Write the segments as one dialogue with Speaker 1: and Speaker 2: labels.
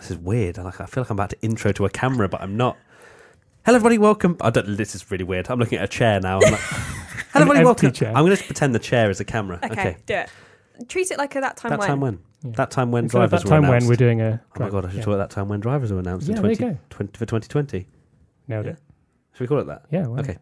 Speaker 1: this is weird. Like I feel like I'm about to intro to a camera, but I'm not. Hello, everybody. Welcome. I don't. This is really weird. I'm looking at a chair now. I'm like, Hello,
Speaker 2: An
Speaker 1: everybody.
Speaker 2: empty
Speaker 1: Welcome.
Speaker 2: chair.
Speaker 1: I'm going to pretend the chair is a camera.
Speaker 3: Okay, do it. Treat it like a that time
Speaker 1: That
Speaker 3: when.
Speaker 1: time when.
Speaker 2: Yeah.
Speaker 1: That time when
Speaker 2: Instead of
Speaker 1: drivers
Speaker 2: that time
Speaker 1: were announced.
Speaker 2: when we're doing a.
Speaker 1: oh my god! I should talk about that time when drivers were announced in
Speaker 2: Yeah, there you
Speaker 1: 20
Speaker 2: go.
Speaker 1: 20 for 2020.
Speaker 2: Nailed
Speaker 1: Yeah.
Speaker 2: it.
Speaker 1: Should we call it that?
Speaker 2: Yeah. why not?
Speaker 1: Okay.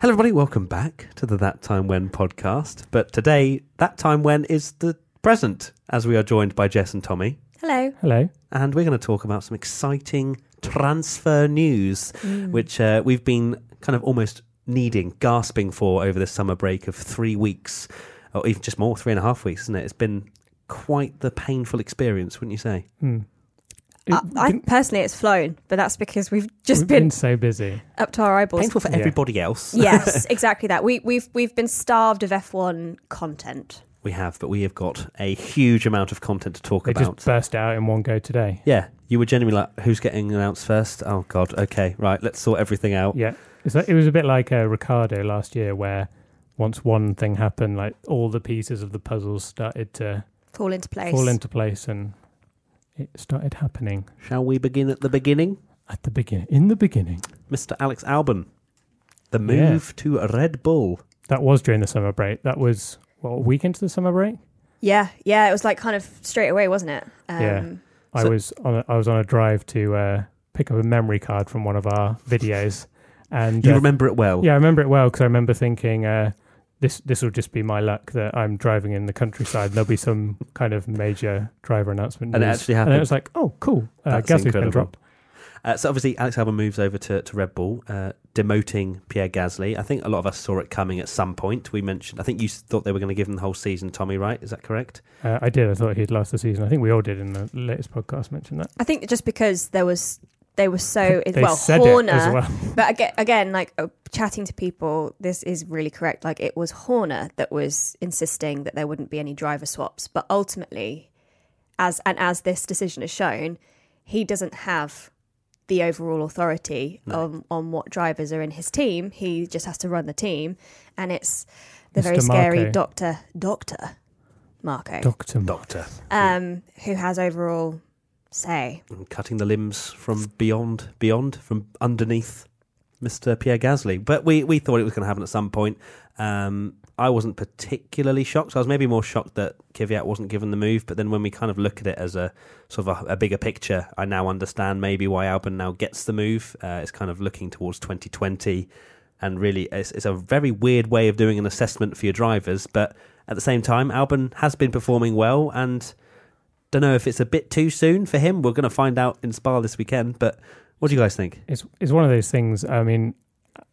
Speaker 1: Hello, everybody. Welcome back to the That Time When podcast. But today, That Time When is the present, as we are joined by Jess and Tommy.
Speaker 3: Hello.
Speaker 2: Hello.
Speaker 1: And we're going to talk about some exciting transfer news,
Speaker 2: Mm.
Speaker 1: which uh, we've been kind of almost needing, gasping for over the summer break of three weeks, or even just more, three and a half weeks, isn't it? It's been quite the painful experience, wouldn't you say?
Speaker 2: Hmm.
Speaker 3: I,
Speaker 2: It-
Speaker 3: I,
Speaker 2: we've
Speaker 3: personally, it's flown, but that's because we've just
Speaker 2: been,
Speaker 3: been
Speaker 2: so busy.
Speaker 3: up to our eyeballs.
Speaker 1: Painful for
Speaker 2: Yeah.
Speaker 1: everybody else.
Speaker 3: yes, exactly that. We, we've we've been starved of F1 content.
Speaker 1: We have, but we have got a huge amount of content to talk
Speaker 2: They
Speaker 1: about.
Speaker 2: just burst out in one go today.
Speaker 1: Yeah, you were genuinely like, who's getting announced first? Oh, God. Okay, right. Let's sort everything out.
Speaker 2: Yeah. It's like, it was a bit like uh, Ricardo last year, where once one thing happened, like all the pieces of the puzzle started to
Speaker 3: Fall into place.
Speaker 2: fall into place, and it started happening
Speaker 1: Shall we begin at the beginning?
Speaker 2: at the beginning. In the beginning,
Speaker 1: Mr. Alex Albon, the
Speaker 2: Yeah.
Speaker 1: move to Red Bull.
Speaker 2: that was during the summer break. That was what a week into the summer break.
Speaker 3: yeah, yeah. It was like kind of straight away, wasn't it? Um,
Speaker 2: Yeah. I
Speaker 1: So-
Speaker 2: was on a, I was on a drive to uh, pick up a memory card from one of our videos, and
Speaker 1: You
Speaker 2: uh,
Speaker 1: remember it well.
Speaker 2: Yeah, I remember it well because I remember thinking uh, this this will just be my luck that I'm driving in the countryside. and There'll be some kind of major driver announcement,
Speaker 1: And it
Speaker 2: news.
Speaker 1: actually
Speaker 2: And
Speaker 1: happened.
Speaker 2: it was like, oh, cool, uh,
Speaker 1: That's
Speaker 2: Gasly's been
Speaker 1: incredible.
Speaker 2: dropped.
Speaker 1: Uh, so obviously, Alex Albon moves over to, to Red Bull, uh, demoting Pierre Gasly. I think a lot of us saw it coming at some point. We mentioned, I think you s- thought they were going to give him the whole season, Tommy, right? Is that correct?
Speaker 2: Uh, I did. I thought he'd last the season. I think we all did in the latest podcast. Mention that.
Speaker 3: I think just because there was they were so
Speaker 2: They
Speaker 3: Oh, well
Speaker 2: said
Speaker 3: Horner,
Speaker 2: it as well.
Speaker 3: but again, again, like uh, chatting to people, this is really correct. Like it was Horner that was insisting that there wouldn't be any driver swaps, but ultimately, as and as this decision has shown, he doesn't have the overall authority on on what drivers are in his team. He just has to run the team, and it's the very
Speaker 2: Mr.
Speaker 3: scary
Speaker 2: Marco.
Speaker 3: doctor, doctor Marco,
Speaker 2: Doctor.
Speaker 1: Doctor.
Speaker 3: um, who has overall say.
Speaker 1: And cutting the limbs from beyond, beyond, from underneath Mr. Pierre Gasly. But we, we thought it was going to happen at some point. Um, I wasn't particularly shocked. I was maybe more shocked that Kvyat wasn't given the move. But then when we kind of look at it as a sort of a, a bigger picture, I now understand maybe why Albon now gets the move. Uh, it's kind of looking towards 2020. And really, it's, it's a very weird way of doing an assessment for your drivers. But at the same time, Albon has been performing well. And don't know if it's a bit too soon for him. We're going to find out in Spa this weekend. But what do you guys think?
Speaker 2: It's it's one of those things. I mean,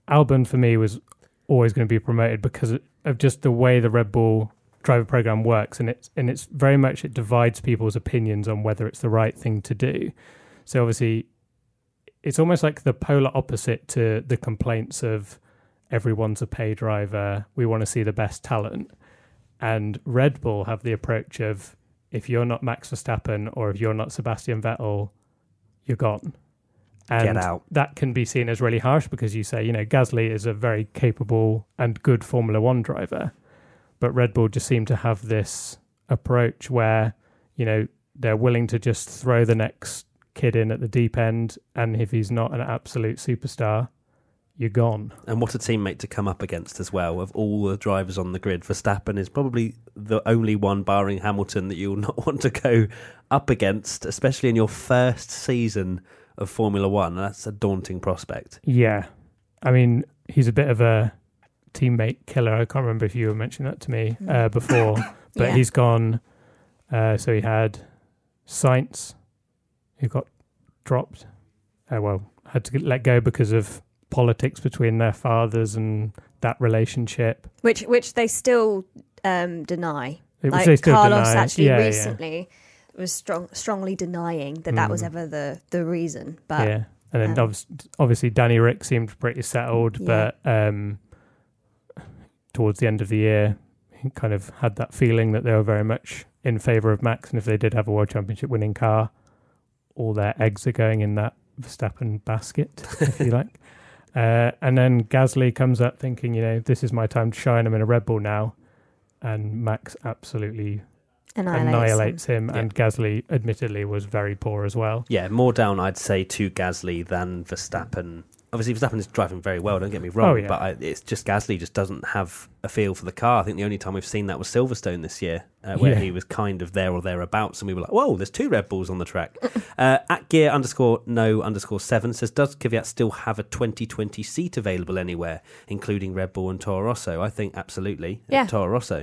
Speaker 2: Albon for me was always going to be promoted because of just the way the Red Bull driver program works, and it's and it's very much it divides people's opinions on whether it's the right thing to do. So obviously, it's almost like the polar opposite to the complaints of everyone's a pay driver. We want to see the best talent, and Red Bull have the approach of if you're not Max Verstappen or if you're not Sebastian Vettel, you're gone. And
Speaker 1: Get out.
Speaker 2: that can be seen as really harsh because you say, you know, Gasly is a very capable and good Formula One driver, but Red Bull just seem to have this approach where, you know, they're willing to just throw the next kid in at the deep end, and if he's not an absolute superstar, you're gone.
Speaker 1: And what a teammate to come up against as well. Of all the drivers on the grid, Verstappen is probably the only one, barring Hamilton, that you'll not want to go up against, especially in your first season of Formula One. That's a daunting prospect.
Speaker 2: Yeah, I mean, he's a bit of a teammate killer. I can't remember if you were mentioning that to me uh, before, but
Speaker 3: Yeah.
Speaker 2: he's gone. Uh, so he had Science, who got dropped. Uh, well, had to get let go because of politics between their fathers and that relationship.
Speaker 3: which which they still um, deny.
Speaker 2: It-
Speaker 3: like
Speaker 2: they still
Speaker 3: Carlos
Speaker 2: deny-
Speaker 3: actually
Speaker 2: yeah, yeah.
Speaker 3: recently was strong, strongly denying that that was
Speaker 2: Mm.
Speaker 3: ever the the reason. But
Speaker 2: yeah, and then
Speaker 3: um,
Speaker 2: obvious obviously Danny Rick seemed pretty settled,
Speaker 3: Yeah.
Speaker 2: but um, towards the end of the year, he kind of had that feeling that they were very much in favour of Max, and if they did have a World Championship winning car, all their eggs are going in that Verstappen basket, if you like. Uh, and then Gasly comes up thinking, you know, this is my time to shine. I'm in a Red Bull now, and Max absolutely
Speaker 3: Annihilates.
Speaker 2: annihilates him,
Speaker 1: Yeah.
Speaker 2: and Gasly admittedly was very poor as well.
Speaker 1: Yeah, more down, I'd say, to Gasly than Verstappen. Obviously, Verstappen is driving very well. Don't get me wrong,
Speaker 2: Oh, yeah.
Speaker 1: but I, it's just Gasly just doesn't have a feel for the car. I think the only time we've seen that was Silverstone this year, uh, where
Speaker 2: Yeah.
Speaker 1: he was kind of there or thereabouts, and we were like, "Whoa, there's two Red Bulls on the track." uh, at gear underscore no underscore seven says, "Does Kvyat still have a 2020 seat available anywhere, including Red Bull and Toro Rosso?" I think absolutely, uh,
Speaker 3: Yeah.
Speaker 1: Toro Rosso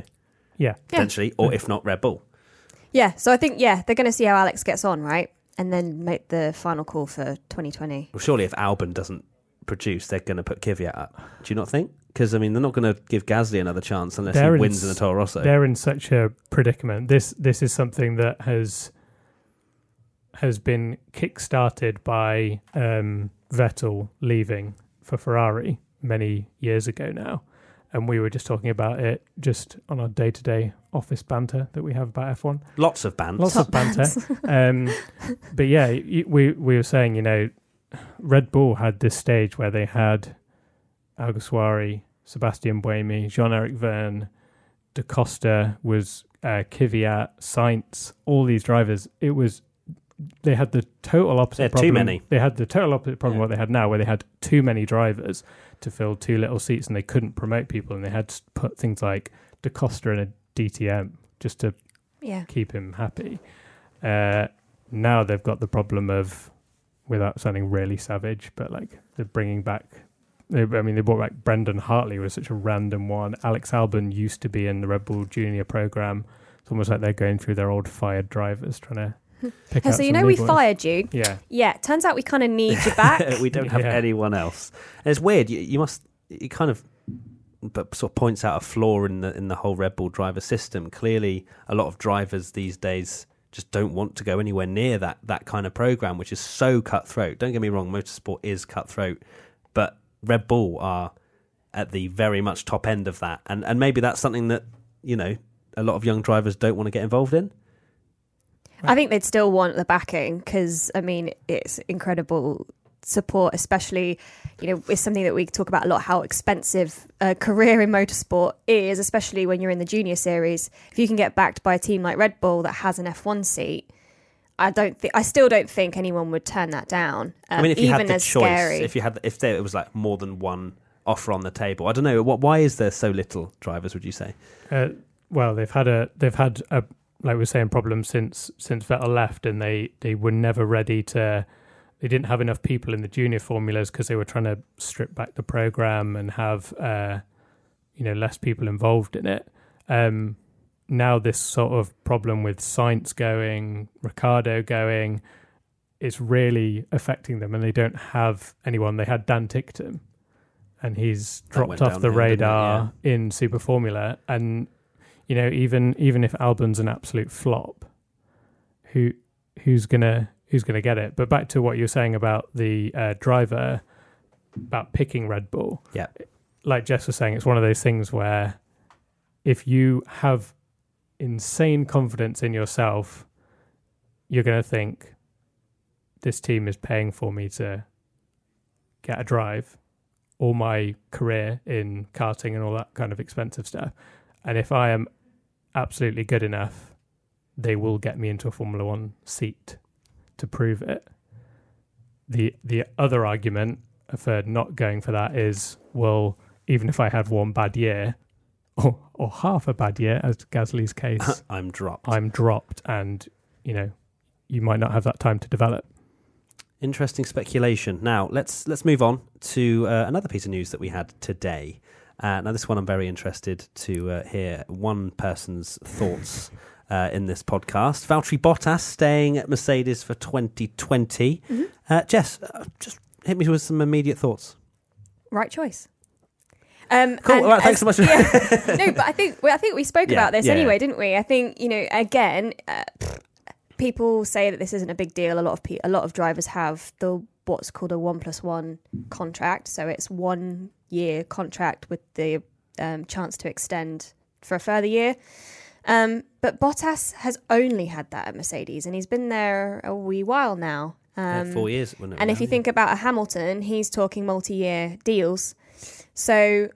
Speaker 2: Yeah,
Speaker 3: Yeah.
Speaker 1: potentially, or if not Red Bull.
Speaker 3: Yeah, so I think yeah, they're going to see how Alex gets on, right? And then make the final call for 2020.
Speaker 1: Well, surely if Albon doesn't produce, they're going to put Kvyat up. Do you not think? Because I mean, they're not going to give Gasly another chance unless
Speaker 2: They're
Speaker 1: he
Speaker 2: in
Speaker 1: wins in the
Speaker 2: s-
Speaker 1: Toro Rosso.
Speaker 2: they're in such a predicament. This this is something that has has been kick-started by um, Vettel leaving for Ferrari many years ago now, and we were just talking about it just on our day-to-day office banter that we have about F one.
Speaker 1: Lots of bans.
Speaker 2: Lots of banter. um, but yeah, y- we we were saying, you know, Red Bull had this stage where they had Alguersuari, Sebastian Buemi, Jean Eric Verne, Da Costa was uh, Kvyat, Sainz, all these drivers. It was they had the total opposite
Speaker 1: They had too
Speaker 2: problem.
Speaker 1: many.
Speaker 2: They had the total opposite problem
Speaker 1: Yeah.
Speaker 2: what they had now, where they had too many drivers to fill too little seats, and they couldn't promote people, and they had to put things like Da Costa in a DTM just to
Speaker 3: Yeah.
Speaker 2: keep him happy. Uh, now they've got the problem of, without sounding really savage, but like they're bringing back. They, I mean, they brought back Brendan Hartley was such a random one. Alex Albon used to be in the Red Bull Junior program. It's almost like they're going through their old fired drivers trying to pick
Speaker 3: Hey,
Speaker 2: out
Speaker 3: so you
Speaker 2: some
Speaker 3: know
Speaker 2: new
Speaker 3: we
Speaker 2: boys.
Speaker 3: fired you.
Speaker 2: Yeah,
Speaker 3: Yeah, turns out we kind of need you back.
Speaker 1: we don't have
Speaker 2: Yeah.
Speaker 1: anyone else. And it's weird. You, you must. It kind of, but sort of points out a flaw in the in the whole Red Bull driver system. Clearly, a lot of drivers these days just don't want to go anywhere near that that kind of program, which is so cutthroat. Don't get me wrong, motorsport is cutthroat, but Red Bull are at the very much top end of that, and and maybe that's something that you know a lot of young drivers don't want to get involved in.
Speaker 3: I think they'd still want the backing because I mean it's incredible support, especially you know it's something that we talk about a lot how expensive a career in motorsport is, especially when you're in the junior series. If you can get backed by a team like Red Bull that has an F1 seat, I don't think I still don't think anyone would turn that down. um,
Speaker 1: I mean, if you
Speaker 3: even
Speaker 1: had the
Speaker 3: as
Speaker 1: choice,
Speaker 3: scary,
Speaker 1: if you had, if there was like more than one offer on the table, I don't know. What, why is there so little drivers? Would you say?
Speaker 2: Uh, well, they've had a they've had a like we were saying problem since since Vettel left, and they they were never ready to. They didn't have enough people in the junior formulas because they were trying to strip back the program and have uh, you know less people involved in it. Um, now this sort of problem with science going, Ricardo going, it's really affecting them, and they don't have anyone. They had Dan Tickton, and he's
Speaker 1: That went
Speaker 2: dropped off the
Speaker 1: downhill, didn't it?
Speaker 2: radar in Super Formula, and you know even even if Albon's an absolute flop, who who's gonna who's gonna get it? But back to what you were saying about the uh, driver about picking Red Bull.
Speaker 1: Yeah.
Speaker 2: Like Jess was saying, it's one of those things where if you have insane confidence in yourself, you're going to think this team is paying for me to get a drive, all my career in karting and all that kind of expensive stuff. And if I am absolutely good enough, they will get me into a Formula One seat to prove it. The the other argument for not going for that is well, even if I had one bad year, or or half a bad year, as Gasly's case,
Speaker 1: I'm dropped.
Speaker 2: I'm dropped, and you know, you might not have that time to develop.
Speaker 1: Interesting speculation. Now let's let's move on to uh, another piece of news that we had today. Uh, now this one I'm very interested to uh, hear one person's thoughts uh, in this podcast. Valtteri Bottas staying at Mercedes for 2020.
Speaker 3: Mm-hmm.
Speaker 1: Uh, Jess, uh, just hit me with some immediate thoughts.
Speaker 3: right choice. Um,
Speaker 1: Cool.
Speaker 3: and
Speaker 1: All right, thanks
Speaker 3: as-
Speaker 1: so much.
Speaker 3: yeah. no, but I think well, I think we spoke
Speaker 1: Yeah,
Speaker 3: about this
Speaker 1: yeah,
Speaker 3: anyway,
Speaker 1: yeah.
Speaker 3: didn't we? I think you know again, uh, pfft, people say that this isn't a big deal. A lot of pe- a lot of drivers have the what's called a one plus one contract, so it's one year contract with the um, chance to extend for a further year. Um, but Bottas has only had that at Mercedes, and he's been there a wee while now.
Speaker 1: Yeah,
Speaker 3: Um,
Speaker 1: four years. wouldn't it
Speaker 3: and
Speaker 1: be?
Speaker 3: if you think about a Hamilton, he's talking multi year deals. So,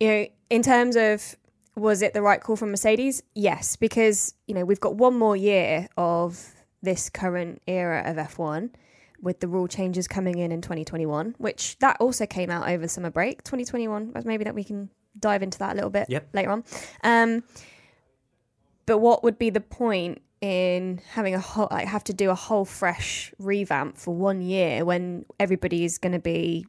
Speaker 3: you know, in terms of was it the right call from Mercedes? Yes, because you know we've got one more year of this current era of F1 with the rule changes coming in in 2021, which that also came out over the summer break 2021. but Maybe that we can dive into that a little bit
Speaker 1: Yep.
Speaker 3: later on. Um, but what would be the point in having a whole, like, have to do a whole fresh revamp for one year when everybody is going to be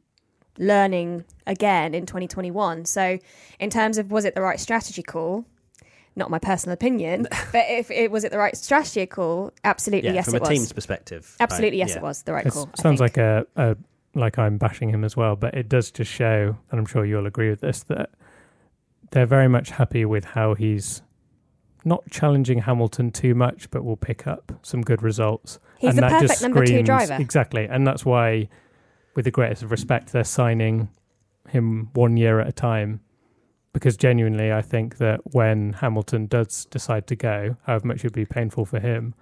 Speaker 3: learning again in 2021? So, in terms of was it the right strategy call? Not my personal opinion, but if it was it the right strategy call, absolutely
Speaker 1: Yeah,
Speaker 3: yes,
Speaker 1: from
Speaker 3: it
Speaker 1: a
Speaker 3: was.
Speaker 1: team's perspective. I-
Speaker 3: Absolutely, yes,
Speaker 1: yeah.
Speaker 3: it was the right
Speaker 2: It
Speaker 3: call. I
Speaker 2: sounds like
Speaker 3: think.
Speaker 2: a, a like I'm bashing him as well, but it does just show, and I'm sure you'll agree with this, that they're very much happy with how he's not challenging Hamilton too much, but will pick up some good results.
Speaker 3: he's
Speaker 2: and
Speaker 3: the
Speaker 2: that
Speaker 3: perfect
Speaker 2: just
Speaker 3: number two
Speaker 2: screams-
Speaker 3: driver.
Speaker 2: Exactly, and that's why, with the greatest of respect, they're signing him one year at a time. Because genuinely, I think that when Hamilton does decide to go, however much it would be painful for him,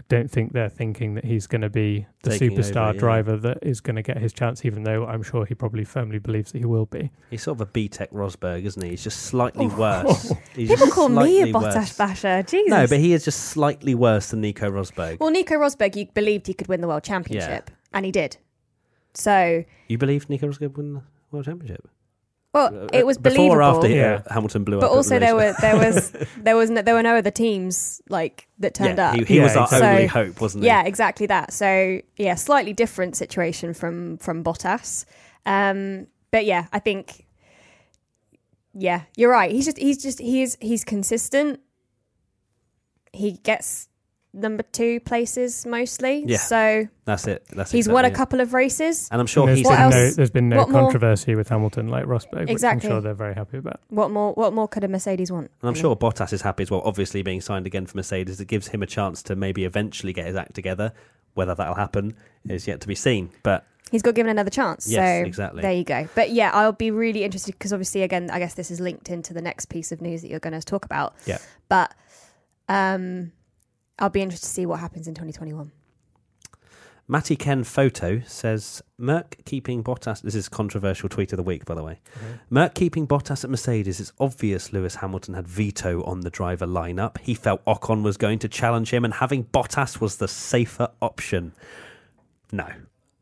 Speaker 2: I don't think they're thinking that he's going to be the
Speaker 1: Taking
Speaker 2: superstar
Speaker 1: over, yeah.
Speaker 2: driver that is going to get his chance, even though I'm sure he probably firmly believes that he will be.
Speaker 1: He's sort of a B Tech Rosberg, isn't he? He's just slightly worse. He's
Speaker 3: Oh. People
Speaker 1: just
Speaker 3: call me a
Speaker 1: slightly
Speaker 3: Bottas
Speaker 1: worse.
Speaker 3: basher. Jesus.
Speaker 1: No, but he is just slightly worse than Nico Rosberg.
Speaker 3: well, Nico Rosberg, you believed he could win the world championship, and he did. So,
Speaker 1: You believe Nico Rosberg won the world championship?
Speaker 3: well, it was
Speaker 1: Uh, before
Speaker 3: believable.
Speaker 1: or after he-
Speaker 2: Yeah.
Speaker 1: uh, Hamilton blew
Speaker 3: but
Speaker 1: up. at
Speaker 3: also
Speaker 1: the
Speaker 3: there
Speaker 1: race?
Speaker 3: were there was there was no, there were no other teams like that turned
Speaker 1: yeah,
Speaker 3: up.
Speaker 1: He, he
Speaker 2: Yeah,
Speaker 1: was our
Speaker 2: exactly.
Speaker 1: only
Speaker 3: So-
Speaker 1: hope, wasn't he?
Speaker 3: Yeah, exactly that. So yeah, slightly different situation from from Bottas. Um, but yeah, I think yeah, you're right. He's just he's just he's he's consistent. He gets number two places mostly.
Speaker 1: Yeah,
Speaker 3: so
Speaker 1: That's it. That's
Speaker 3: he's
Speaker 1: exactly
Speaker 3: won a
Speaker 1: it.
Speaker 3: couple of races.
Speaker 1: And I'm sure
Speaker 2: And
Speaker 1: he's
Speaker 2: there's,
Speaker 3: What
Speaker 2: been no,
Speaker 3: else-
Speaker 2: there's been no
Speaker 3: what more-
Speaker 2: controversy with Hamilton like Rosberg,
Speaker 3: Exactly.
Speaker 2: which I'm sure they're very happy about.
Speaker 3: What more what more could a Mercedes want?
Speaker 1: And I'm
Speaker 3: You know?
Speaker 1: sure Bottas is happy as well. Obviously, being signed again for Mercedes, it gives him a chance to maybe eventually get his act together. Whether that'll happen is yet to be seen. But
Speaker 3: he's got given another chance.
Speaker 1: Yes,
Speaker 3: so
Speaker 1: exactly.
Speaker 3: There you go. But yeah, I'll be really interested because obviously, again, I guess this is linked into the next piece of news that you're going to talk about.
Speaker 1: Yeah.
Speaker 3: But um, I'll be interested to see what happens in 2021.
Speaker 1: Matty Ken Photo says Merck keeping Bottas. This is controversial tweet of the week, by the way. Merck keeping Bottas at Mercedes. It's obvious Lewis Hamilton had veto on the driver lineup. He felt Ocon was going to challenge him, and having Bottas was the safer option. No,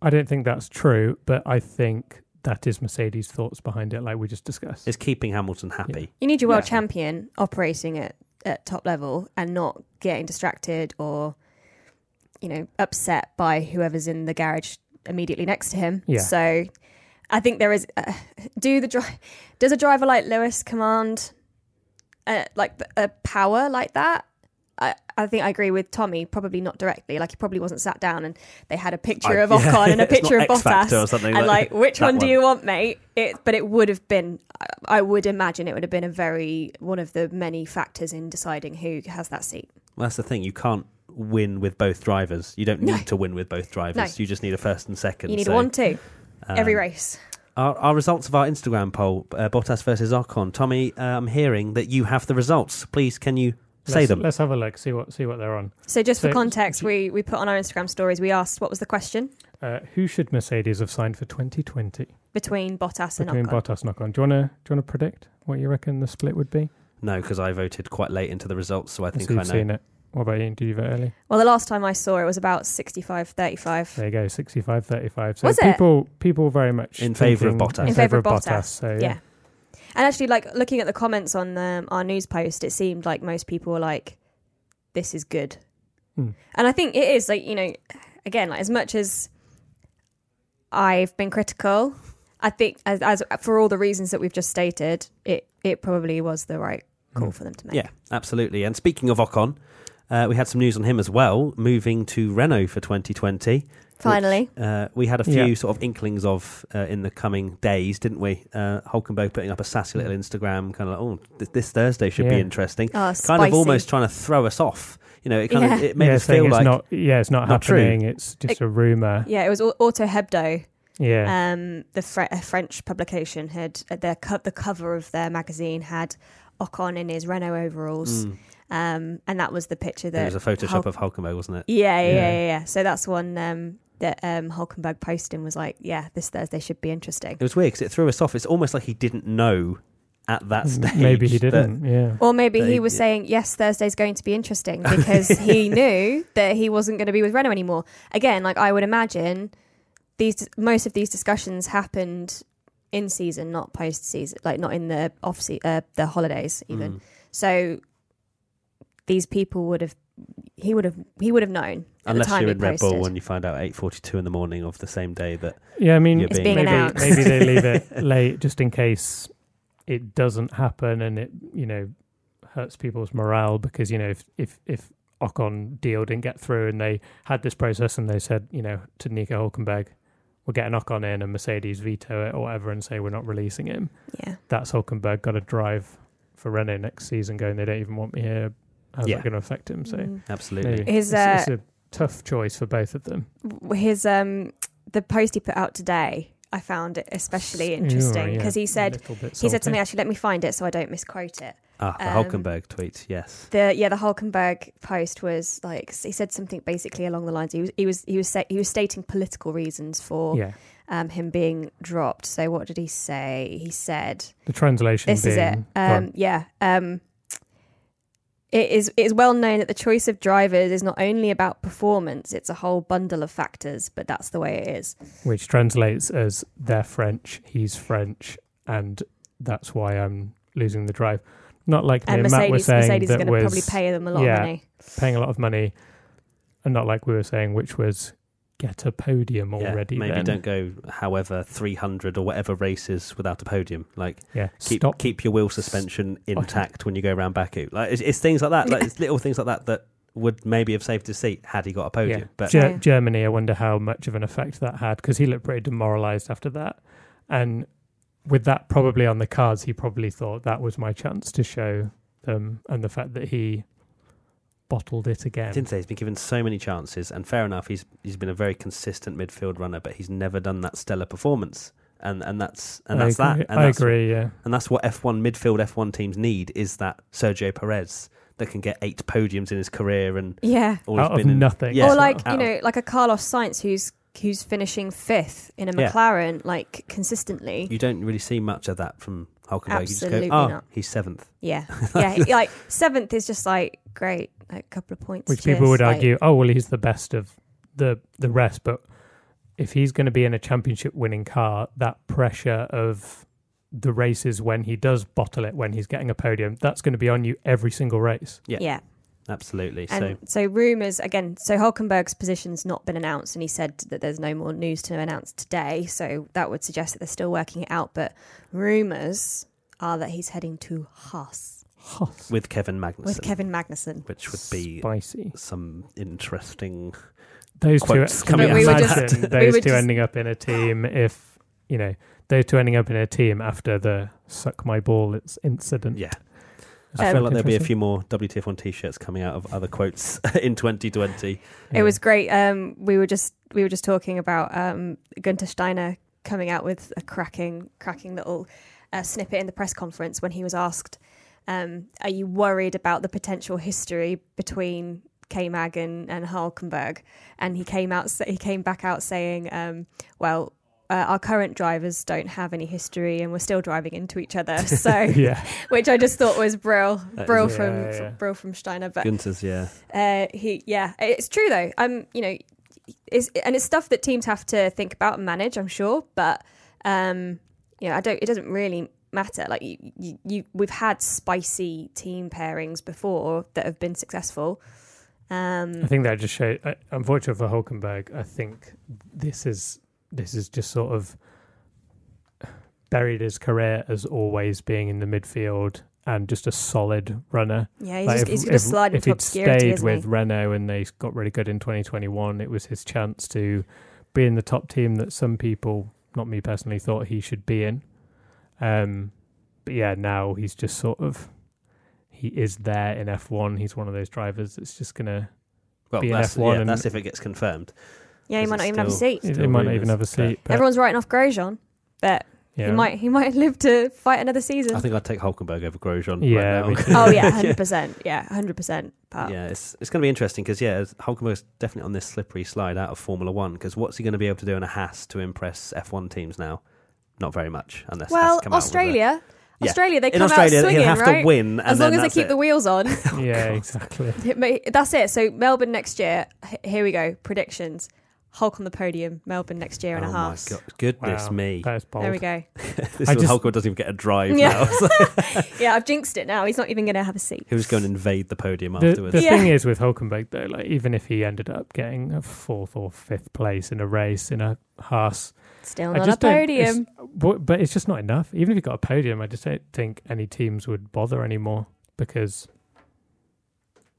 Speaker 2: I don't think that's true, but I think that is Mercedes' thoughts behind it, like we just discussed.
Speaker 1: it's keeping Hamilton happy.
Speaker 3: You need your world
Speaker 1: Yeah.
Speaker 3: champion operating at, at top level and not getting distracted or, you know, upset by whoever's in the garage immediately next to him.
Speaker 2: Yeah.
Speaker 3: So I think there is. Uh, do the dri- does a driver like Lewis command uh, like th- a power like that? I, I think I agree with Tommy. Probably not directly. Like he probably wasn't sat down and they had a picture
Speaker 1: I-
Speaker 3: of Ocon
Speaker 1: yeah,
Speaker 3: and a
Speaker 1: it's not
Speaker 3: picture of
Speaker 1: X Factor
Speaker 3: Bottas
Speaker 1: or something
Speaker 3: and
Speaker 1: like-
Speaker 3: like which
Speaker 1: that
Speaker 3: one do
Speaker 1: one.
Speaker 3: you want, mate? It, but it would have been. I- I would imagine it would have been a very one of the many factors in deciding who has that seat.
Speaker 1: Well, that's the thing. You can't win with both drivers. You don't need
Speaker 3: No.
Speaker 1: to win with both drivers. You just need a first and second.
Speaker 3: You need
Speaker 1: So,
Speaker 3: a one-two
Speaker 1: um,
Speaker 3: every race.
Speaker 1: Our, our results of our Instagram poll, uh, Bottas versus Ocon. Tommy, uh, I'm hearing that you have the results. Please, can you say
Speaker 2: let's,
Speaker 1: them?
Speaker 2: Let's have a look. See what see what they're on.
Speaker 3: So just for
Speaker 2: so-
Speaker 3: context, we we put on our Instagram stories. We asked what was the question
Speaker 2: Uh, who should Mercedes have signed for 2020
Speaker 3: between Bottas and
Speaker 2: between
Speaker 3: Ocon.
Speaker 2: Bottas and Ocon? Do you want to do you want to predict what you reckon the split would be?
Speaker 1: No, because I voted quite late into the results, so I think
Speaker 2: So
Speaker 1: I
Speaker 2: you've
Speaker 1: know.
Speaker 2: seen it. What about you? Did you vote early?
Speaker 3: well, the last time I saw it was about 65-35.
Speaker 2: There you go, 65, 35. So
Speaker 3: Was it?
Speaker 2: people people very much
Speaker 1: In favour of
Speaker 2: thinking-
Speaker 1: Bottas.
Speaker 3: In
Speaker 2: In favour
Speaker 3: favour of
Speaker 2: of
Speaker 3: Bottas,
Speaker 2: Bottas. So yeah.
Speaker 3: yeah. And actually, like looking at the comments on um, our news post, it seemed like most people were like, "This is good,"
Speaker 2: Hmm.
Speaker 3: and I think it is like you know, again, like as much as I've been critical, I think as, as for all the reasons that we've just stated, it it probably was the right call for them to make.
Speaker 1: Hmm. Yeah, absolutely. And speaking of Ocon, uh, we had some news on him as well, moving to Renault for 2020.
Speaker 3: Finally,
Speaker 1: Uh, we had a few
Speaker 2: Yeah.
Speaker 1: sort of inklings of uh, in the coming days, didn't we? Uh, Hulkenberg putting up a sassy little Instagram, kind of like, oh, th- this Thursday should be
Speaker 2: Yeah.
Speaker 1: interesting.
Speaker 3: oh,
Speaker 1: Kind
Speaker 3: spicy.
Speaker 1: of almost trying to throw us off. You know, it kind of
Speaker 3: Yeah.
Speaker 1: it made
Speaker 2: yeah,
Speaker 1: us
Speaker 2: saying
Speaker 1: feel
Speaker 2: it's
Speaker 1: like
Speaker 2: not, yeah, it's not,
Speaker 1: not true.
Speaker 2: happening. It's just a rumor.
Speaker 3: Yeah, it was Au- Auto Hebdo.
Speaker 2: Yeah,
Speaker 3: um, the Fre- a French publication had uh, their co- the cover of their magazine had Ocon in his Renault overalls,
Speaker 1: Mm.
Speaker 3: um, and that was the picture
Speaker 1: it
Speaker 3: that
Speaker 1: was a Photoshop
Speaker 3: Hulk-
Speaker 1: of Hulkenberg, wasn't it?
Speaker 3: yeah, yeah, yeah,
Speaker 2: Yeah.
Speaker 3: yeah, yeah. So that's one um, that um, Hulkenberg posted and was like, "Yeah, this Thursday should be interesting."
Speaker 1: It was weird because it threw us off. It's almost like he didn't know at that
Speaker 2: M-
Speaker 1: stage.
Speaker 2: Mm, Maybe he
Speaker 1: that-
Speaker 2: didn't. yeah.
Speaker 3: Or maybe
Speaker 1: They-
Speaker 3: he was saying, yes, Thursday's going to be interesting because he knew that he wasn't going to be with Renault anymore. Again, like I would imagine these most of these discussions happened in season, not post season, like not in the off se- uh, the holidays
Speaker 1: Mm.
Speaker 3: even. So these people would have he would have he would have known at
Speaker 1: Unless
Speaker 3: the time
Speaker 1: you're
Speaker 3: he
Speaker 1: in Red Bull
Speaker 3: posted.
Speaker 1: when you find out at 8.42 in the morning of the same day that
Speaker 2: Yeah, I mean,
Speaker 1: You're It's
Speaker 3: being
Speaker 2: maybe,
Speaker 3: announced.
Speaker 2: maybe they leave it late just in case it doesn't happen and it, you know, hurts people's morale because, you know, if, if, if Ocon deal didn't get through and they had this process and they said, you know, to Nico Hulkenberg, we'll get an Ocon in and Mercedes veto it or whatever and say we're not releasing him.
Speaker 3: yeah.
Speaker 2: That's Hulkenberg got to drive for Renault next season going, they don't even want me here. How's
Speaker 1: Yeah.
Speaker 2: that going to affect him? So
Speaker 3: Mm.
Speaker 1: absolutely.
Speaker 2: maybe.
Speaker 3: His, uh,
Speaker 2: It's- it's a tough choice for both of them.
Speaker 3: his um the post he put out today I found it especially interesting because he said he said something actually let me find it so I don't misquote it
Speaker 1: Ah, the
Speaker 3: Um,
Speaker 1: Hulkenberg tweet, yes.
Speaker 3: the yeah the Hulkenberg post was like s- he said something basically along the lines he was he was he was, sa- he was stating political reasons for
Speaker 2: Yeah,
Speaker 3: um, him being dropped. So what did he say? He said
Speaker 2: the translation.
Speaker 3: this is it.
Speaker 2: being- go on.
Speaker 3: Um, yeah. Um, it is it is well known that the choice of drivers is not only about performance; it's a whole bundle of factors. But that's the way it is.
Speaker 2: which translates as they're French, he's French, and that's why I'm losing the drive. Not like me
Speaker 3: And
Speaker 2: and Matt were
Speaker 3: Mercedes
Speaker 2: saying
Speaker 3: Mercedes is
Speaker 2: that
Speaker 3: going to
Speaker 2: was
Speaker 3: probably pay them a lot
Speaker 2: yeah.
Speaker 3: of money.
Speaker 2: paying a lot of money, and not like we were saying, which was get a podium
Speaker 1: Yeah,
Speaker 2: already.
Speaker 1: maybe
Speaker 2: then.
Speaker 1: don't go, however, 300 or whatever races without a podium. Like,
Speaker 2: yeah.
Speaker 1: keep
Speaker 2: Stop.
Speaker 1: keep your wheel suspension intact when you go around Baku. Like it's, it's things like that. Like it's little things like that that would maybe have saved his seat had he got a podium.
Speaker 2: Yeah.
Speaker 1: But
Speaker 2: Ge-
Speaker 3: Yeah.
Speaker 2: Germany, I wonder how much of an effect that had because he looked pretty demoralized after that. And with that probably on the cards, he probably thought that was my chance to show them and the fact that he bottled it again.
Speaker 1: didn't say he's been given so many chances, and fair enough, he's he's been a very consistent midfield runner, but he's never done that stellar performance. And and that's and
Speaker 2: I
Speaker 1: that's
Speaker 2: agree.
Speaker 1: that. And
Speaker 2: I
Speaker 1: that's,
Speaker 2: agree, yeah.
Speaker 1: And that's what F1 midfield F1 teams need is that Sergio Perez that can get eight podiums in his career and
Speaker 3: Yeah.
Speaker 1: all
Speaker 2: Out
Speaker 1: he's
Speaker 2: of
Speaker 1: been in.
Speaker 2: nothing.
Speaker 1: Yeah.
Speaker 3: or like
Speaker 1: Out of-
Speaker 3: you know, like a Carlos Sainz who's who's finishing fifth in a
Speaker 1: Yeah.
Speaker 3: McLaren, like consistently.
Speaker 1: You don't really see much of that from Hulkenberg. you
Speaker 3: Absolutely
Speaker 1: just go, oh,
Speaker 3: not.
Speaker 1: he's seventh.
Speaker 3: yeah, yeah. he- like seventh is just like great, like a couple of points.
Speaker 2: Which people
Speaker 3: cheers,
Speaker 2: would
Speaker 3: like-
Speaker 2: argue, oh well, he's the best of the the rest. But if he's going to be in a championship winning car, that pressure of the races when he does bottle it, when he's getting a podium, that's going to be on you every single race.
Speaker 1: Yeah.
Speaker 3: yeah.
Speaker 1: Absolutely. so
Speaker 3: And so, rumours again. So Hulkenberg's position's not been announced, and he said that there's no more news to announce today. So that would suggest that they're still working it out. But rumours are that he's heading to Haas
Speaker 1: with Kevin Magnussen.
Speaker 3: with Kevin Magnussen.
Speaker 1: which would be
Speaker 2: spicy.
Speaker 1: some interesting.
Speaker 2: Those
Speaker 1: quotes
Speaker 2: two, can
Speaker 1: coming
Speaker 2: you
Speaker 3: out of
Speaker 2: imagine
Speaker 3: that. We
Speaker 2: those
Speaker 3: were
Speaker 2: two
Speaker 3: just-
Speaker 2: ending up in a team if you know those two ending up in a team after the suck my ball it's incident.
Speaker 1: Yeah,
Speaker 2: It's
Speaker 1: I
Speaker 3: Um,
Speaker 1: feel like there'll be a
Speaker 2: interesting.
Speaker 1: few more WTF1 t-shirts coming out of other quotes in 2020.
Speaker 3: It was great. Um, we were just we were just talking about um, Gunter Steiner coming out with a cracking cracking little uh, snippet in the press conference when he was asked, um, "Are you worried about the potential history between K Mag and, and Hulkenberg?" And he came out sa- he came back out saying, um, "Well." Uh, our current drivers don't have any history, and we're still driving into each other. So,
Speaker 2: yeah.
Speaker 3: which I just thought was brill,
Speaker 1: That is
Speaker 3: brill
Speaker 2: it.
Speaker 3: from,
Speaker 2: Yeah, yeah.
Speaker 3: from brill from Steiner. But
Speaker 1: Gunther's, yeah,
Speaker 3: uh, he, yeah, it's true though. Um, you know, it's and it's stuff that teams have to think about and manage. I'm sure, but um, you know, I don't. It doesn't really matter. Like you, you, you we've had spicy team pairings before that have been successful.
Speaker 2: I
Speaker 3: Um,
Speaker 2: think that just shows. uh, Unfortunately for Hulkenberg, I think this is this is just sort of buried his career as always being in the midfield and just a solid runner.
Speaker 3: yeah, he's
Speaker 2: Like,
Speaker 3: just, he's just sliding
Speaker 2: if
Speaker 3: into
Speaker 2: he'd
Speaker 3: obscurity,
Speaker 2: stayed
Speaker 3: isn't
Speaker 2: with
Speaker 3: he?
Speaker 2: Renault and they got really good in 2021, it was his chance to be in the top team that some people, not me personally, thought he should be in. Um, but yeah, now he's just sort of he is there in F1. He's one of those drivers that's just gonna
Speaker 1: well,
Speaker 2: Be an
Speaker 1: that's,
Speaker 2: F1
Speaker 1: yeah,
Speaker 2: and-
Speaker 1: that's if it gets confirmed.
Speaker 3: Yeah, he
Speaker 1: Is
Speaker 3: might
Speaker 1: it
Speaker 3: not even have a
Speaker 1: still-
Speaker 3: seat.
Speaker 1: Still
Speaker 2: they might not
Speaker 1: rumours,
Speaker 2: even have a
Speaker 1: but-
Speaker 2: seat. But
Speaker 3: Everyone's writing off Grosjean, but
Speaker 2: yeah.
Speaker 3: he might he might live to fight another season.
Speaker 1: I think I'd take Hulkenberg over Grosjean.
Speaker 2: Yeah,
Speaker 1: right
Speaker 2: me
Speaker 1: now.
Speaker 2: too.
Speaker 3: oh yeah, hundred percent. Yeah, hundred percent. But
Speaker 1: yeah, it's it's going to be interesting because yeah, Hulkenberg's definitely on this slippery slide out of Formula One because what's he going to be able to do in a Haas to impress F1 teams now? Not very much, unless Haas
Speaker 3: well,
Speaker 1: come out with a-
Speaker 3: Australia.
Speaker 1: Yeah.
Speaker 3: Australia, they
Speaker 1: In
Speaker 3: come
Speaker 1: Australia,
Speaker 3: out swinging,
Speaker 1: he'll have
Speaker 3: right?
Speaker 1: to win. And
Speaker 3: as
Speaker 1: then
Speaker 3: long as they
Speaker 1: that's
Speaker 3: keep
Speaker 1: it.
Speaker 3: the wheels on,
Speaker 2: yeah, exactly.
Speaker 3: it may, that's it. So Melbourne next year. H- here we go. Predictions: Hulk on the podium. Melbourne next year and
Speaker 1: oh
Speaker 3: a half.
Speaker 1: my god, goodness
Speaker 2: Wow,
Speaker 1: me!
Speaker 2: That is bold.
Speaker 3: There we go.
Speaker 1: This
Speaker 2: I
Speaker 1: is when
Speaker 2: just-
Speaker 1: Hulk doesn't even get a drive
Speaker 3: Yeah.
Speaker 1: now. So
Speaker 3: Yeah, I've jinxed it now. He's not even going to have a seat.
Speaker 1: he was going to invade the podium
Speaker 2: The,
Speaker 1: afterwards.
Speaker 2: the
Speaker 3: Yeah.
Speaker 2: thing is with Hulkenberg though, like even if he ended up getting a fourth or fifth place in a race in a Haas,
Speaker 3: Still
Speaker 2: I
Speaker 3: not a
Speaker 2: just don't- it's-
Speaker 3: podium.
Speaker 2: But, but it's just not enough. Even if you got a podium, I just don't think any teams would bother anymore because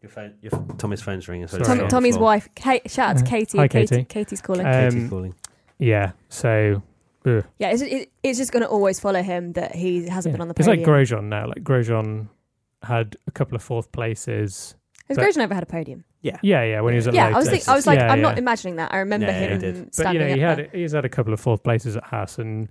Speaker 1: Your phone, your, Tommy's phone's ringing. So
Speaker 2: Sorry.
Speaker 1: it's
Speaker 3: Tom,
Speaker 1: on the
Speaker 3: Tommy's
Speaker 1: floor.
Speaker 3: wife. Kate, shout out to
Speaker 2: Yeah.
Speaker 3: Katie.
Speaker 2: Uh-huh. Hi,
Speaker 3: Katie.
Speaker 2: Katie.
Speaker 3: Katie's calling.
Speaker 1: Katie's
Speaker 2: Um,
Speaker 1: calling.
Speaker 2: yeah. So ugh,
Speaker 3: yeah, it's, it, it's just going to always follow him that he hasn't
Speaker 2: yeah.
Speaker 3: been on the
Speaker 2: it's
Speaker 3: podium.
Speaker 2: like Grosjean now. Like Grosjean had a couple of fourth places.
Speaker 3: Has
Speaker 2: but-
Speaker 3: Grosjean ever had a podium?
Speaker 2: Yeah, yeah. When he was at
Speaker 3: Yeah, I was,
Speaker 2: Lotus.
Speaker 3: think, I was like,
Speaker 2: Yeah,
Speaker 3: I'm
Speaker 2: yeah.
Speaker 3: not imagining that. I remember
Speaker 1: Yeah, he
Speaker 3: him
Speaker 1: did.
Speaker 3: standing
Speaker 2: But you know, he
Speaker 3: up
Speaker 2: had he's had a couple of fourth places at Haas, and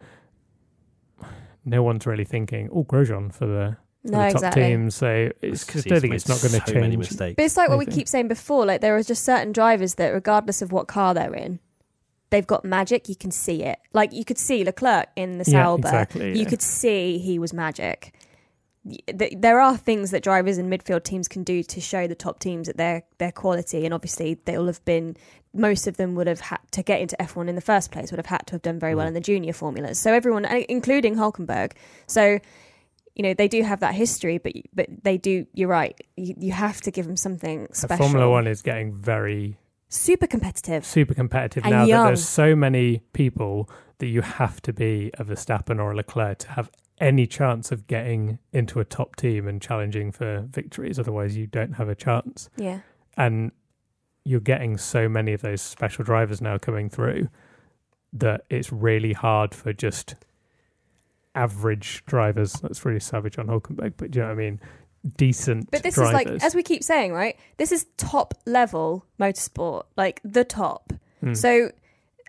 Speaker 2: no one's really thinking, oh, Grosjean for the,
Speaker 3: there.
Speaker 2: for
Speaker 3: No,
Speaker 2: the top
Speaker 3: exactly.
Speaker 2: team. So
Speaker 1: He's
Speaker 2: it's because I think
Speaker 1: made
Speaker 2: it's not going to
Speaker 1: so
Speaker 2: change.
Speaker 1: many mistakes.
Speaker 3: But it's like what we
Speaker 2: Maybe.
Speaker 3: keep saying before. Like there are just certain drivers that, regardless of what car they're in, they've got magic. You can see it. Like you could see Leclerc in the
Speaker 2: Yeah,
Speaker 3: Sauber.
Speaker 2: exactly,
Speaker 3: You
Speaker 2: yeah.
Speaker 3: could see he was magic. Y- th- There are things that drivers and midfield teams can do to show the top teams that their their quality, and obviously they'll have been. Most of them would have had to get into F1 in the first place. Would have had to have done very well
Speaker 2: Mm.
Speaker 3: in the junior formulas. So everyone, and including Hulkenberg, so you know they do have that history, but but they do. You're right. You, you have to give them something
Speaker 2: Uh,
Speaker 3: special.
Speaker 2: Formula One is getting very
Speaker 3: super competitive.
Speaker 2: super competitive
Speaker 3: And
Speaker 2: now that
Speaker 3: young.
Speaker 2: there's so many people that you have to be a Verstappen or a Leclerc to have any chance of getting into a top team and challenging for victories. Otherwise, you don't have a chance.
Speaker 3: Yeah,
Speaker 2: and you're getting so many of those special drivers now coming through that it's really hard for just average drivers. That's really savage on Hulkenberg, but do you know what I mean? Decent
Speaker 3: but this
Speaker 2: drivers.
Speaker 3: is like as we keep saying, right? This is top level motorsport, like the top.
Speaker 2: Hmm.
Speaker 3: So,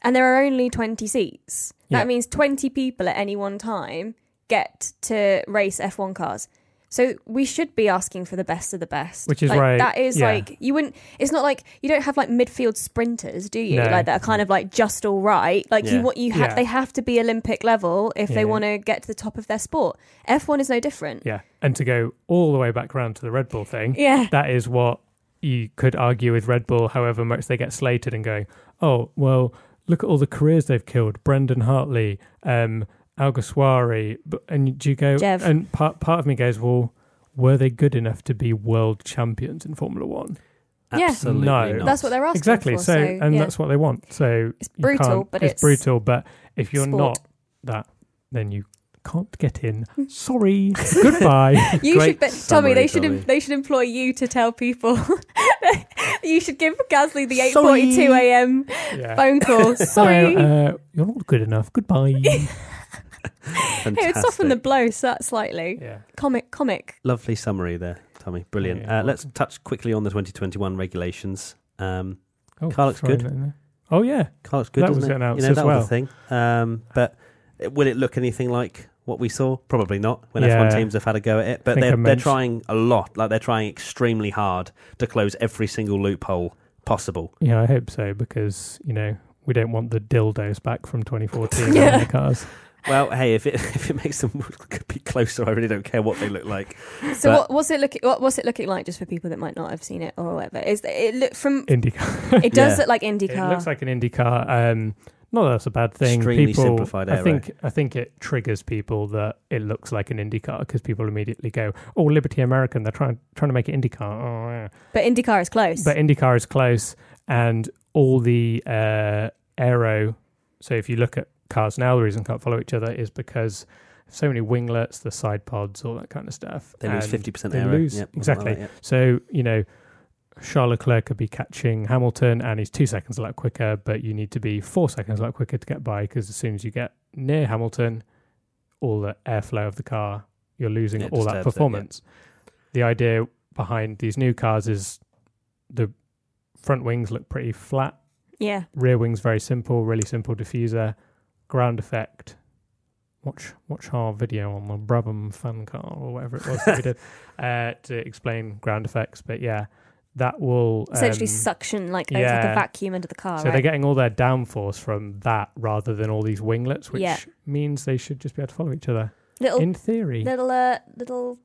Speaker 3: and there are only twenty seats. That
Speaker 2: Yeah.
Speaker 3: means twenty people at any one time get to race F1 cars. So we should be asking for the best of the best,
Speaker 2: Which is
Speaker 3: like,
Speaker 2: why-
Speaker 3: That is
Speaker 2: yeah.
Speaker 3: like you wouldn't. It's not like you don't have like midfield sprinters, do you?
Speaker 2: No.
Speaker 3: Like that are kind of like just all right. Like you
Speaker 1: Yeah.
Speaker 3: want you have
Speaker 2: Yeah.
Speaker 3: they have to be Olympic level if
Speaker 2: Yeah.
Speaker 3: they want to get to the top of their sport. F1 is no different.
Speaker 2: yeah, and to go all the way back around to the Red Bull thing,
Speaker 3: Yeah.
Speaker 2: that is what you could argue with Red Bull, however much they get slated and going, oh, well, look at all the careers they've killed. Brendan Hartley, um, Alguersuari. b- And do you go,
Speaker 3: Jev.
Speaker 2: and part, part of me goes, well, were they good enough to be world champions in Formula One?
Speaker 3: Yeah.
Speaker 1: Absolutely
Speaker 2: No.
Speaker 1: not.
Speaker 3: That's what they're asking
Speaker 2: exactly.
Speaker 3: for.
Speaker 2: So, and
Speaker 3: yeah.
Speaker 2: that's what they want. So
Speaker 3: It's
Speaker 2: you
Speaker 3: brutal,
Speaker 2: can't-
Speaker 3: but it's
Speaker 2: brutal. But if you're
Speaker 3: sport. Hmm.
Speaker 2: not that, then you can't get in. Sorry. Goodbye.
Speaker 3: you
Speaker 1: Great
Speaker 3: should, but Tommy,
Speaker 1: summary,
Speaker 3: they should
Speaker 1: Tommy.
Speaker 3: em- they should employ you to tell people. you should give Gasly the
Speaker 1: Sorry.
Speaker 3: eight forty two a.m.
Speaker 2: Yeah.
Speaker 3: phone call. Sorry,
Speaker 2: So, uh, you're not good enough. Goodbye.
Speaker 3: it would soften the
Speaker 1: Fantastic.
Speaker 3: blow so- slightly.
Speaker 2: yeah.
Speaker 3: Comic, comic.
Speaker 1: Lovely summary there, Tommy. Brilliant.
Speaker 2: Yeah,
Speaker 1: uh, let's touch quickly on the 2021 regulations. Um,
Speaker 2: Oh,
Speaker 1: Car looks
Speaker 2: throwing
Speaker 1: good.
Speaker 2: that in there. Oh yeah,
Speaker 1: Carl, it's good,
Speaker 2: That
Speaker 1: doesn't
Speaker 2: was
Speaker 1: it?
Speaker 2: announced
Speaker 1: you know,
Speaker 2: as
Speaker 1: that was
Speaker 2: well.
Speaker 1: a thing. Um, but it- will it look anything like what we saw? Probably not. When
Speaker 2: Yeah.
Speaker 1: F1 teams have had a go at it, but
Speaker 2: Think I
Speaker 1: they're they're
Speaker 2: mentioned-
Speaker 1: trying a lot. Like they're trying extremely hard to close every single loophole possible.
Speaker 2: yeah. I hope so because you know we don't want the dildos back from 2014
Speaker 3: Yeah.
Speaker 2: on the cars.
Speaker 1: Well, hey, if it if it makes them be closer, I really don't care what they look like.
Speaker 3: So
Speaker 1: But-
Speaker 3: what, what's it looking? What, what's it looking like? Just for people that might not have seen it or whatever. Is that- it look from?
Speaker 2: IndyCar.
Speaker 3: It does
Speaker 1: Yeah.
Speaker 3: look like
Speaker 2: it
Speaker 3: IndyCar.
Speaker 2: looks like an IndyCar. Um, not that that's a bad thing.
Speaker 1: Extremely
Speaker 2: people,
Speaker 1: simplified
Speaker 2: I
Speaker 1: aero.
Speaker 2: think I think it triggers people that it looks like an IndyCar because people immediately go, "Oh, Liberty American, they're trying trying to make it IndyCar." Oh, yeah.
Speaker 3: but IndyCar is close.
Speaker 2: But IndyCar is close, and all the uh, aero. So if you look at cars now, the reason they can't follow each other is because so many winglets, the side pods, all that kind of stuff.
Speaker 1: They lose
Speaker 2: And
Speaker 1: fifty percent
Speaker 2: they
Speaker 1: error.
Speaker 2: lose-
Speaker 1: Yep,
Speaker 2: exactly.
Speaker 1: like that, yep.
Speaker 2: So you know, Charles Leclerc could be catching Hamilton, and he's two seconds a lap quicker, but you need to be four seconds a lap quicker to get by because as soon as you get near Hamilton, all the airflow of the car, you're losing
Speaker 1: It
Speaker 2: all
Speaker 1: disturbs it, yeah.
Speaker 2: that performance. The idea behind these new cars is the front wings look pretty flat,
Speaker 3: yeah,
Speaker 2: rear wings very simple, really simple diffuser, ground effect. Watch watch our video on the Brabham fan car or whatever it was that we did uh, to explain ground effects. But yeah, that will
Speaker 3: essentially
Speaker 2: um,
Speaker 3: suction like it's like a
Speaker 2: yeah.
Speaker 3: vacuum under the car.
Speaker 2: so
Speaker 3: right?
Speaker 2: they're getting all their downforce from that rather than all these winglets, which
Speaker 3: Yeah. Oh,
Speaker 2: means they should just be able to follow each other.
Speaker 3: Little
Speaker 2: in theory.
Speaker 3: little uh, little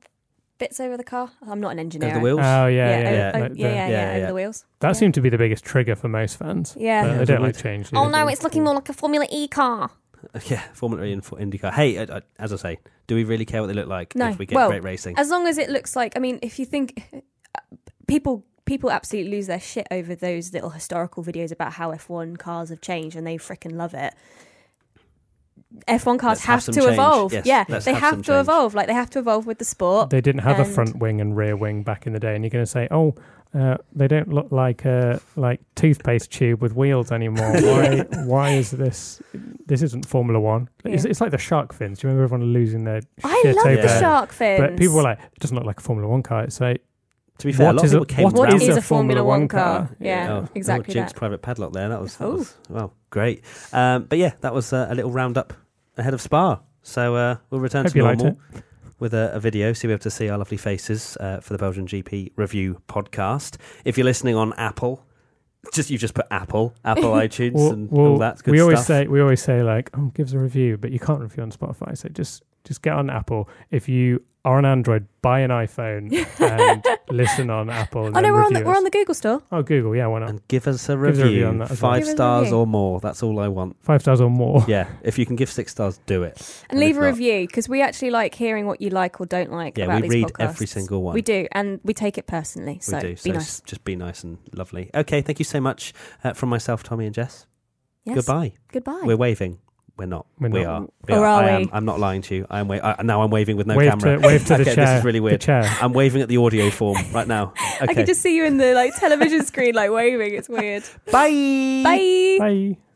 Speaker 3: bits over the car. I'm not an engineer.
Speaker 1: Over the wheels.
Speaker 2: Oh yeah,
Speaker 3: Yeah,
Speaker 2: yeah,
Speaker 3: yeah,
Speaker 1: yeah,
Speaker 3: yeah, oh,
Speaker 2: like
Speaker 3: yeah,
Speaker 2: the-
Speaker 1: yeah,
Speaker 3: yeah, yeah, over
Speaker 1: yeah.
Speaker 3: the wheels.
Speaker 2: That
Speaker 3: yeah.
Speaker 2: seemed to be the biggest trigger for most fans.
Speaker 3: Yeah.
Speaker 2: But
Speaker 1: Yeah,
Speaker 2: they don't
Speaker 1: indeed.
Speaker 2: like change.
Speaker 4: Oh
Speaker 2: either.
Speaker 4: no, it's looking more like a Formula E car.
Speaker 1: Yeah, Formula E and Fo- IndyCar. Hey, I, I, as I say, do we really care what they look like
Speaker 3: No.
Speaker 1: if we get
Speaker 3: Well,
Speaker 1: great racing?
Speaker 3: As long as it looks like, I mean, if you think people people absolutely lose their shit over those little historical videos about how F1 cars have changed and they freaking love it. F1 cars
Speaker 1: Let's have
Speaker 3: have,
Speaker 1: some
Speaker 3: to
Speaker 1: change.
Speaker 3: evolve.
Speaker 1: Yes,
Speaker 3: yeah,
Speaker 1: let's
Speaker 3: they
Speaker 1: have
Speaker 3: have,
Speaker 1: some
Speaker 3: to
Speaker 1: change.
Speaker 3: evolve. Like they have to evolve with the sport.
Speaker 2: They didn't have a
Speaker 3: And-
Speaker 2: front wing and rear wing back in the day, and you're going to say, "Oh, uh, they don't look like a like toothpaste tube with wheels anymore." Why? why is this? This isn't Formula One. It's,
Speaker 3: Yeah.
Speaker 2: it's like the shark fins. Do you remember everyone losing their
Speaker 3: I
Speaker 2: shit
Speaker 3: love
Speaker 2: over?
Speaker 3: the
Speaker 1: Yeah.
Speaker 3: shark fins.
Speaker 2: But people were like, "It doesn't look like a Formula One car." It's like,
Speaker 1: to be fair, a
Speaker 2: what
Speaker 1: lot of
Speaker 2: is a-
Speaker 1: people came
Speaker 2: what
Speaker 1: round.
Speaker 2: is
Speaker 3: is
Speaker 2: a
Speaker 3: a Formula
Speaker 2: Formula
Speaker 3: One
Speaker 2: One
Speaker 3: car.
Speaker 2: car.
Speaker 3: Yeah,
Speaker 1: Oh, oh,
Speaker 3: exactly
Speaker 1: Jinx
Speaker 3: that.
Speaker 1: private padlock there. That was, that
Speaker 3: Oh.
Speaker 1: was well, great. Um, but yeah, that was uh, a little roundup ahead of Spa. So uh, we'll return
Speaker 2: Hope
Speaker 1: to
Speaker 2: you liked
Speaker 1: normal with a, a video, so you'll be able to see our lovely faces uh, for the Belgian GP review podcast. If you're listening on Apple, just you just put Apple, Apple iTunes,
Speaker 2: well,
Speaker 1: and
Speaker 2: well,
Speaker 1: all that good
Speaker 2: we always
Speaker 1: stuff.
Speaker 2: say we always say like, "Oh, give us a review," but you can't review on Spotify. So just just get on Apple. If you are on Android, buy an iPhone and listen on Apple. And
Speaker 3: Oh no,
Speaker 2: then
Speaker 3: we're on
Speaker 2: review
Speaker 3: the we're
Speaker 2: us.
Speaker 3: on the Google store.
Speaker 2: Oh, Google, yeah, why not?
Speaker 1: and give us a
Speaker 2: Give us
Speaker 1: review,
Speaker 2: a review on that as well.
Speaker 1: five
Speaker 3: Give us a
Speaker 1: stars
Speaker 3: review.
Speaker 1: or more. That's all I want.
Speaker 2: Five stars or more.
Speaker 1: Yeah, if you can give six stars, do it.
Speaker 3: and
Speaker 1: And
Speaker 3: leave
Speaker 1: if
Speaker 3: a
Speaker 1: not-
Speaker 3: review because we actually like hearing what you like or don't like
Speaker 1: Yeah,
Speaker 3: about
Speaker 1: we
Speaker 3: these
Speaker 1: read
Speaker 3: podcasts.
Speaker 1: every single one.
Speaker 3: We do, and we take it personally. So
Speaker 1: we do.
Speaker 3: be
Speaker 1: So
Speaker 3: nice.
Speaker 1: s- just be nice and lovely. Okay, thank you so much uh, from myself, Tommy and Jess.
Speaker 3: Yes.
Speaker 1: Goodbye.
Speaker 3: Goodbye.
Speaker 1: We're waving. We're not.
Speaker 2: We're
Speaker 1: We
Speaker 2: not.
Speaker 1: are. We
Speaker 3: Or are
Speaker 1: I
Speaker 3: we?
Speaker 1: Am, I'm not lying to you. I'm wa- I, now. I'm waving with no
Speaker 2: wave
Speaker 1: camera.
Speaker 2: to wave to the
Speaker 1: Okay,
Speaker 2: chair.
Speaker 1: This is really
Speaker 2: The
Speaker 1: weird.
Speaker 2: chair.
Speaker 1: I'm waving at the audio form right now. Okay.
Speaker 3: I could just see you in the like television screen, like waving. It's weird.
Speaker 1: Bye.
Speaker 3: Bye.
Speaker 2: Bye.